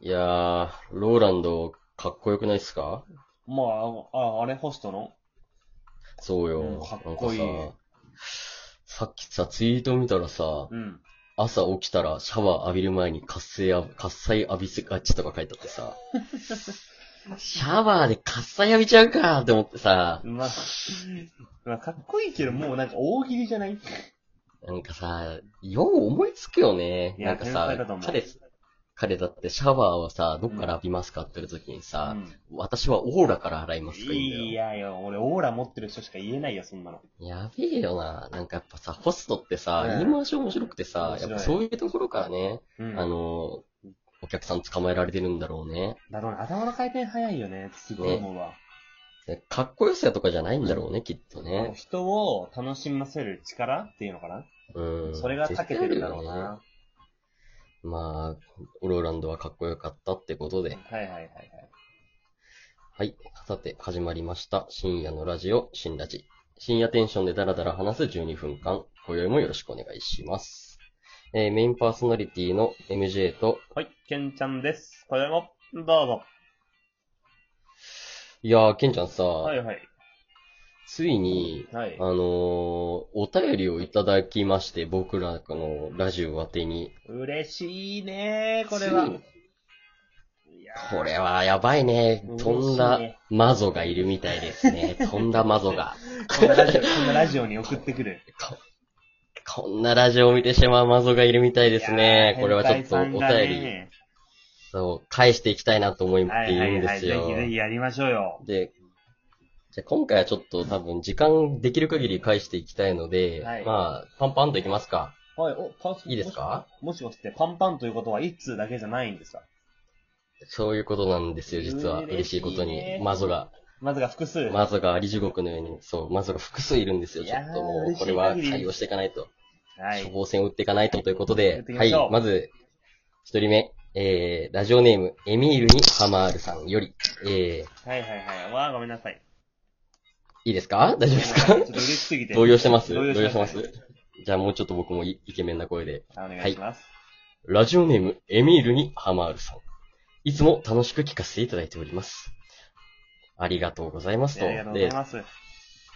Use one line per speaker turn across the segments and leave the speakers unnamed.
いやー、ローランド、かっこよくないっすか
まあ、あ、あれホストの
そうよ。
うんかっこいい
なんかさ、さっきさ、ツイート見たらさ、
うん。
朝起きたらシャワー浴びる前に活性や、活性浴びせがちとか書いてあって さ、シャワーで活性浴びちゃうかって思ってさ、
まあ、まあ、かっこいいけど、もうなんか大喜利じゃない
なんかさ、よう思いつくよね。
いや
なんか
天
さ
才だと思、う
彼、彼だってシャワーをさ、どっから浴びますかって言う時に
う
さ、
ん。
私はオーラから洗いますとか言うんだよ。
いやいや、俺オーラ持ってる人しか言えないよ、そんなの。
やべえよな。なんかやっぱさ、ホストってさ、
うん
言い回し面白くてさや
面、白
っ
い
ぱそういうところからね、
うん。
あ、の、お客さん捕まえられてるんだろうね。
だろうね、頭の回転早いよね、すごい思うわ。
でかっこよさとかじゃないんだろうね、きっとね。
人を楽しませる力っていうのかな、
うん。
それが長けてるんだろう
絶対あよね
な。
まあ、ローランドはかっこよかったってことで。
はいはいはいはい。
はい。さて、始まりました。深夜のラジオ、新ラジ。深夜テンションでダラダラ話す12分間。今宵もよろしくお願いします。えーメインパーソナリティの MJ と、
はい、ケンちゃんです。これも、どうぞ。
いやー、ケンちゃんさ、
はいはい。
ついに、
はい
あ。のーお便りをいただきまして、僕らのラジオ宛てに。
嬉しいねこれは。
ついに
いや
これはやばいね。飛んだ魔女がいるみたいです ね。飛んだ魔女が。
こんなラジオ、こんなラジオに送ってくる。
ここんなラジオを見てしまう魔女がいるみたいですね
いや。ー
これはちょっとお
変
便
態さんが
り、
ね
そう、返していきたいなと思って
はいいは
るん
い
で
はい。
す
ぜ
よ
ひ。ぜひやりましょうよ。
で、じゃあ今回はちょっと多分時間できる限り返していきたいので、
はい
まあ、パンパンといきますか。
はい、お、パン
いいですか
もしもしって、パンパンということは、一通だけじゃないんですか
そういうことなんですよ、実は。嬉
嬉
し
し
い
いね
ことに。魔女が、
まずが複数。
魔女があり地獄のように、そう、魔女が複数いるんですよ。
い
ちょ
やー
っともう、これは
嬉しい限り
対応していかないと。
は
処
い。
方箋を打っていかないとということ
打
で
って、いき
は
ましょう
い、まず、一人目、えー、ラジオネーム、エミールにハマールさんより、えー、
はいはいはい。わあ、ごめんなさい。
いいですか大丈夫
ち
で
ょっ
す
と
か
嬉しすぎて。
動揺してます
動
動
揺
揺して
し
ま
ます
すじゃあもうちょっと僕もイイケメンな声で。
お願いします。
ラジオネーム、エミールにハマールさん。いつも楽しく聞かせていただいております。ありがとうございます
いや
と。
ありがとうございます。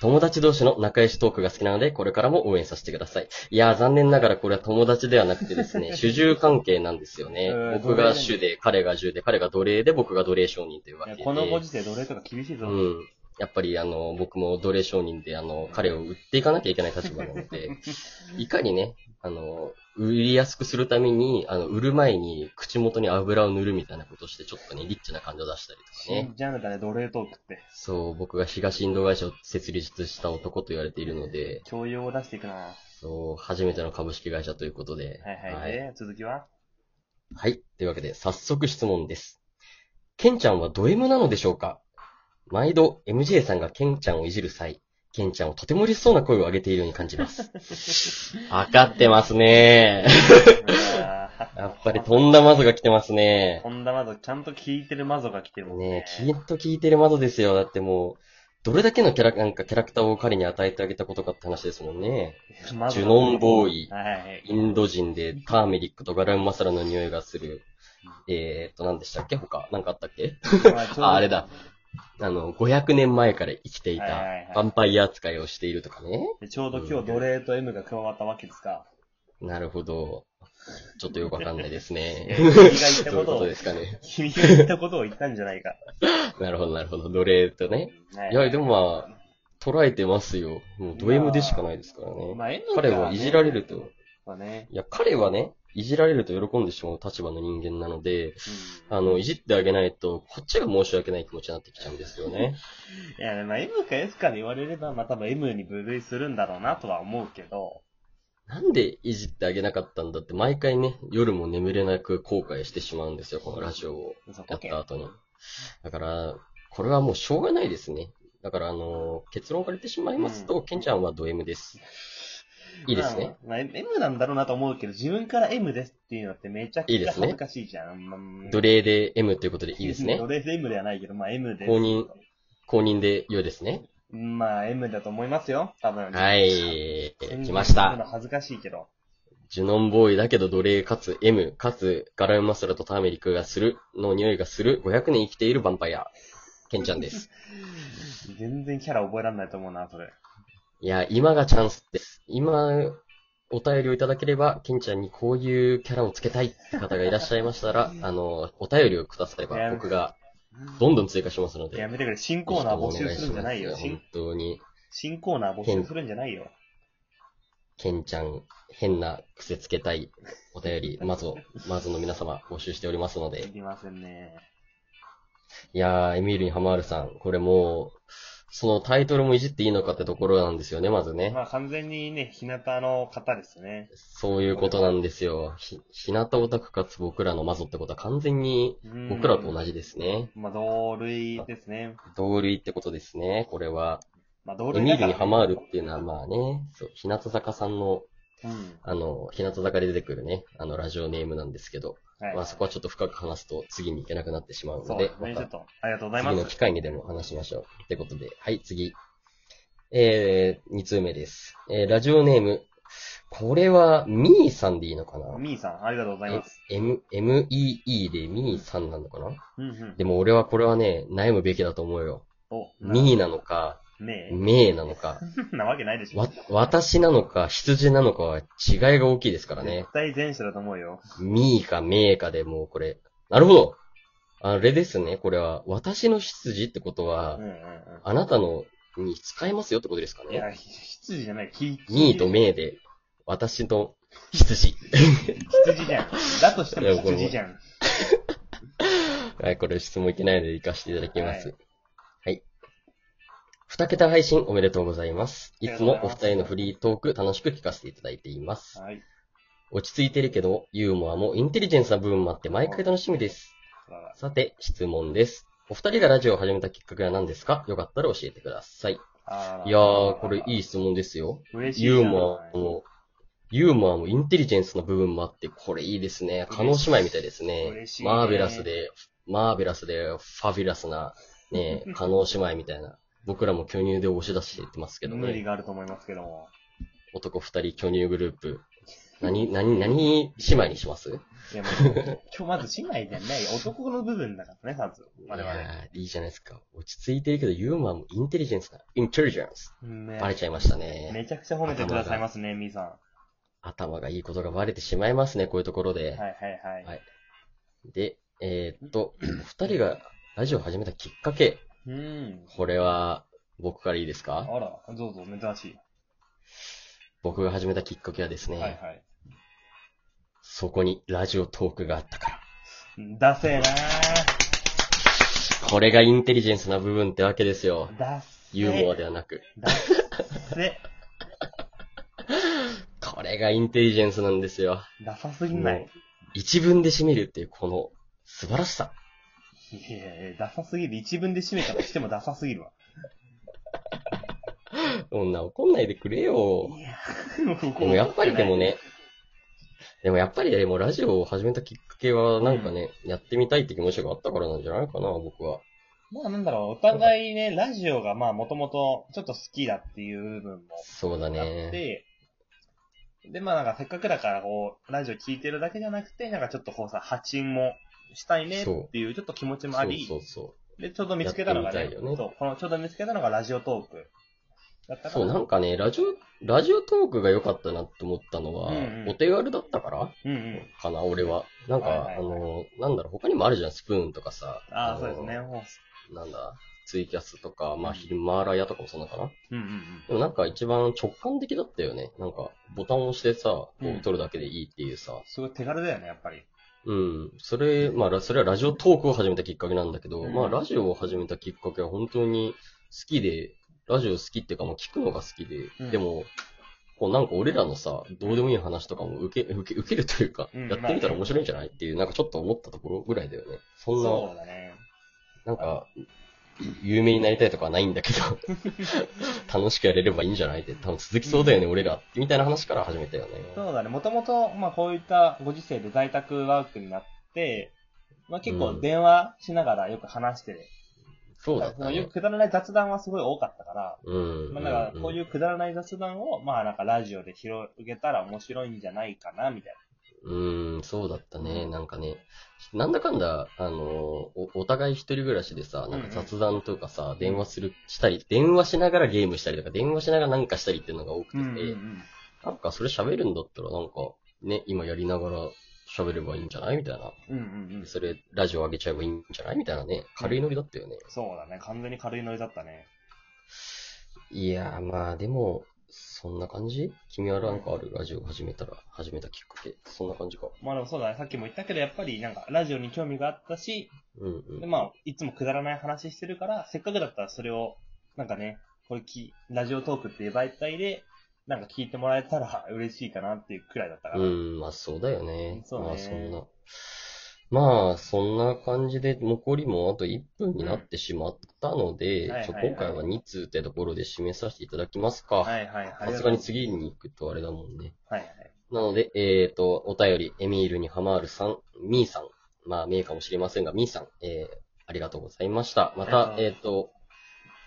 友達同士の仲良しトークが好きなので、これからも応援させてください。いやー、残念ながらこれは友達ではなくてです ね、主従関係なんですよね
うん。
僕が主で、彼が従で、彼が奴隷で、僕が奴隷商人というわ
い
け
や
で。
このご時世奴隷とか厳しいぞ。
うん。やっぱり、あの、僕も奴隷商人で、あの、彼を売っていかなきゃいけない立場なの で、いかにね、あの、売りやすくするために、あの、売る前に口元に油を塗るみたいなことをして、ちょっとね、リッチな感じを出したりとかね。
新ジャンルだね、奴隷トークって。
そう、僕が東インド会社を設立した男と言われているので、
教養を出していくな。は
そう、初めての株式会社ということで。
いはい。で、続き は
はい。というわけで、早速質問です。ケンちゃんはド M なのでしょうか毎度 MJ さんがケンちゃんをいじる際、ケンちゃんをとても嬉しそうな声を上げているように感じ ます。わかってますね。やっぱりとんだマゾが来てますね。
ホンダマゾ、ちゃんと聞いてるマゾが来てるもんね
ね。え、きっと聞いてる窓ですよ。だってもう、どれだけのキャラ、なんかキャラクターを彼に与えてあげたことかって話ですもんね。
マゾ
ジュノンボーイ
はいはい。
インド人でターメリックとガラムマサラの匂いがする。えーっと、何でしたっけ他なんかあったっけあ、あれだ。あの、500年前から生きていた、
はいはい
ヴ
はい
ァンパイア扱いをしているとかね。
で。ちょうど今日奴隷と M が加わったわけですか。
なるほど。ちょっとよくわかんないです
いや
ね。
君が言った
どうい
こ
うこ
と
と
を
で、すかね。
君が言ったことを言ったんじゃないか。
なるほど、なるほど。奴隷とね。
はい
や、でもまあ、捉えてますよ。もうド M でしかないですからね。
まあ、M が
彼はいじられると。、
まあね。
いや、彼はね、いじられると喜んでしまう立場の人間なので、
うん
あの、いじってあげないと、こっちが申し訳ない気持ちになってきちゃうんですよね。
いや、まあ、M か S かで言われれば、まあ、多分 M に分類するんだろうなとは思うけど、
なんでいじってあげなかったんだって、毎回ね、夜も眠れなく後悔してしまうんですよ、このラジオを
そこ
やっ
け
た後に。だから、これはもうしょうがないですね。だから、あのー結論から言ってしまいますと、ケンちゃんはド M です。いいですね。
まあ。まあ M なんだろうなと思うけど、自分から M ですっていうのってめちゃく
いい
ち
で
ゃ
すね
恥ずかしいじゃん。まあまあ
奴隷で M ということでいいですね
奴。隷で M ではないけど、まあ M です。
公認、公認で良いですね。
まあ M だと思いますよ、多分。
はい
全然。
来まし
M
た。
の恥ずかしいけど。
ジュノンボーイだけど奴隷かつ M かつガラムマサラとターメリックがするの匂いがする500年生きているヴァンパイア。ケンちゃん です。
全然キャラ覚えられないと思うな、それ。
いや、今がチャンスです。今、お便りをいただければ、ケンちゃんにこういうキャラをつけたいって方がいらっしゃいましたら、あの、お便りをくだされば僕がどんどん追加しますので。
やめてくれ、新コーナー募集するんじゃないよ。
ぜひともお願し
新
ます本当に、
新コーナー募集するんじゃないよ。
ケンちゃん、変な癖つけたいお便り、まずを、まずの皆様募集しておりますの
い
で。
りませんね。
いやー、エミールにハマールさん、これもう、そのタイトルもいじっていいのかってところなんですよね、まずね。
まあ完全にね、日向の方ですね。
そういうことなんですよ。ひ、日向オタクかつ僕らのマゾってことは完全に
うん
僕らと同じですね。
まあ同類ですね。
同類ってことですね、これは。
まあ同
エ
類
ミ
だ
ー
か
ル
ら
にハマールっていうのはまあね、そう、日向坂さんの、
うん。
あの、日向坂で出てくるね、あの、ラジオネームなんですけど、
はい。
まあそこはちょっと深く話すと次に行けなくなってしまう
そ
の
う
で
で、す
ま
ね。ちょったと、ありがとうござい
次
ま
の
す
機。会にでも話しましょう。ってことで、はい、次。えー、2通目です。えー、ラジオネーム。これは、ミーさんでいいのかな
みーさん、ありがとうございます。
M、MEE でミーさんなのかな
うんうん。
でも俺はこれはね、悩むべきだと思うよ。
お、
ミーなのか、
ね
メーなのか、
え。なわけないでしょ。
わ、私なのか、羊なのかは違いが大きいですからね
絶。対前者だと思うよ。
ミーかメーかでもうこれ。なるほどあれですね、これは、私の羊ってこと
う
は
ん、うんう
あなたのに使えますよってことですか
ん。い
ね。
や、ひ羊じゃない、き、
ミーとメーで、私の 羊。
羊じゃん。だとしても羊じゃん。
はい、これ質問いけないので行かせていただきます。
は
はい。二、桁配信おめでとうございます。いつもお二人のフリートーク楽しく聞かせていただいています。
はい。
落ち着いてるけど、ユーモアもインテリジェンスな部分もあって毎回楽しみです。さて、質問です。お二人がラジオを始めたきっかけは何ですかよかったら教えてください。
あら
いやー、これい
い。
い質問ですよ。
嬉しいじゃ
ユ
ん。
ーモアも、ユーモアもインテリジェンスな部分もあって、これいいですね。カノ姉妹みたいですね
嬉し。いね
マーベラスで、マーベラスで、ファビュラスな、 ね、カノ姉妹みたいな。僕らも巨乳で押し出していってますけど
無理
ね。
があると思いますけども。
男二人巨乳グループ。何、何、何姉妹にします
いや、 もう、今日まず姉妹じゃない男の部分だからね、まず。我
いや
々。
ーいいじゃないですか。落ち着いてるけど、ユーモアもインテリジェンスな。インテリジェンス。
うんね
バレちゃいましたね。
めちゃくちゃ褒めてくださいますね、みーさん。は
頭がいいことがバレてしまいますね、こういうところで
い。はい
は
はいい。
で、えーっと、お二人がラジオを始めたきっかけ、
うん。
これは僕からいいです
あ、
から
どうぞ、珍し
僕が始めたきっかけはです
い。
ね、
はいはい。
そこにラジオトークがあったから。
ダセーなー。
これがインテリジェンスな部分ってわけですよ。
ダッセ
ユーモアではなく。
ダッセ。
これがインテリジェンスなんですよ。
ダサすぎない
も。う一文で締めるっていうこの素晴らしさ。
いやいやいや、ダサすぎる。一文で締めたとしてもダサすぎるわ。
女怒んないでくれよ。
い や、
でもやっぱりでも。ね、でもやっぱりでもラジオを始めたきっかけはなんかね、やってみたいって気持ちがあったからなんじゃないかな、僕は。
まあなんだろう、お互いね、ラジオがまあもともとちょっと好きだっていう部分も
そうだ
あっ
ね。
て、でまあなんかせっかくだからこう、ラジオ聞いてるだけじゃなくて、なんかちょっとこうさ、発信もしたいねっていうちょっと気持ちもあり、
そうそう
で、ちょうど見つけたのが
やっ
ね
てみたいよね
そう、このちょうど見つけたのがラジオトーク。だった
そう。そ
から
う、なんかね、ラジオ、ラジオトークが良かったなって思ったのは、
うんうん
お手軽だったから
うんうん。
かな、俺は。なんか、
はい
あ
はいはい
の、なんだろう、他にもあるじゃん、スプーンとかさ。
ああ、
の
そうですね。。も
なんだ、ツイキャスとか、まあ、
うん
ヒルマーラヤとかもそうなのかな。
ううんうん
でもなんか一番直感的だったよね。なんか、ボタンを押してさ、こ
うん
う、撮るだけでいいっていうさ。
すごい手軽だよね、やっぱり。
うん。それ、まあ、ラそれはラジオトークを始めたきっかけなんだけど、
うん
まあ、ラジオを始めたきっかけは本当に好きで、ラジオ好きっていうか、もう聞くのが好きで、
うん
でも、こうなんか俺らのさ、どうでもいい話とかも受け、受け、受けるというか、
うん
やってみたら面白いんじゃないっていう、なんかちょっと思ったところぐらいだよね。そんな、
そうだね。
なんか、有名になりたいとかはないんだ けど、楽しくやれればいいんじゃないって、多分続きそうだよね、俺ら。みたいな話から始めたよね。
そうだね、もともと、まあこういったご時世で在宅ワークになって、まあ結
う
構
ん
電話しながらよく話して
そうだっ
そ
た
のよ
ね
く。くだらない雑談はすごい多かったから、
うん。
まあ、なんかこういうくだらない雑談を、まあなんかラジオで広げたら面白いんじゃないかな、みたい
うん、そうだったね。なんかね、なんだかんだ、あの、おお互い一人暮らしでさ、なんか雑談とかさ、電話する、したり、電話しながらゲームしたりとか、電話しながらなんかしたりっていうのが多くて、
な。ん。
なんかそれ喋るんだったら、なんか、ね、今やりながら喋ればいいんじゃないみたいな。
うんうんうん。
それ、ラジオ上げちゃえばいいんじゃないみたいなね。軽いノリだったよね。
そうだね。完全に軽いノリだったね。
いやー、まあでも、そんな感じ君はなんかあるラジオ始めたら、始めたきっかけ。そんな感じか。
まあでもそうだね。さっきも言ったけど、やっぱりなんかラジオに興味があったし、
うんうん。
でまあ、いつもくだらない話してるから、せっかくだったらそれを、なんかね、これき、ラジオトークっていう媒体で、なんか聞いてもらえたら 嬉しいかなっていうくらいだったから。
うん、まあそうだよね。
そうね
まあそんな。まあ、そんな感じで、残りもあと1分になってしまったので、
うんはいはいはい
ちょ今回は2通ってところで締めさせていただきますか。
はいはいはい。
さすがに次に行くとあれだもんね。
はいはい。
なので、えっ、ー、と、お便り、エミールにハマールさん、ミーさん、まあ、名かもしれませんが、ミーさん、えー、ありがとうございました。また、
あり
え
が
っ、と、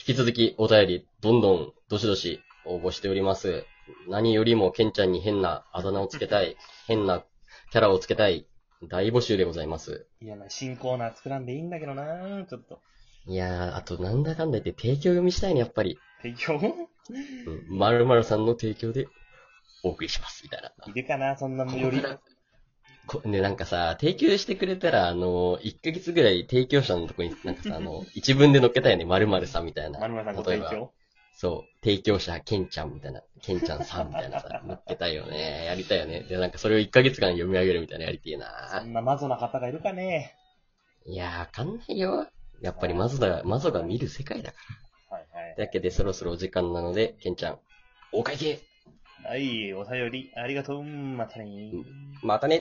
引き続きお便り、どんどん、どしどし応募しております。何よりも、ケンちゃんに変なあだ名をつけた い、変なキャラをつけたい、大募集でございます。
いや、まあ新コーナー作らんでいいんだけどなぁ、ちょっと。
いやー、あと、なんだかんだ言って、提供読みしたいね、やっぱり。
提供
うん、まるまるさんの提供で、お送りします、みたいな。
いるかな、そんなのより。
こね、なんかさ、提供してくれたら、あの、1ヶ月ぐらい提供者のとこに、なんかさ、あの、一文で載っけたよね、〇〇さんみたいな。
丸村さんご
例え
提
ば
供
そう、提供者、ケンちゃんみたいな、ケンちゃんさんみたいなさ、載っけたいよね、やりたいよね。で、なんかそれを1ヶ月間読み上げるみたいなやりてえ
そ
な。
んなマゾな方がいるかね
いやー、わかんないよ。やっぱりマゾだ、マゾが見る世界だか
はい
ら。だけで、そろそろお時間なので、ケンちゃん、お会計
はい。はい、お便り、ありがとう。またねー
またね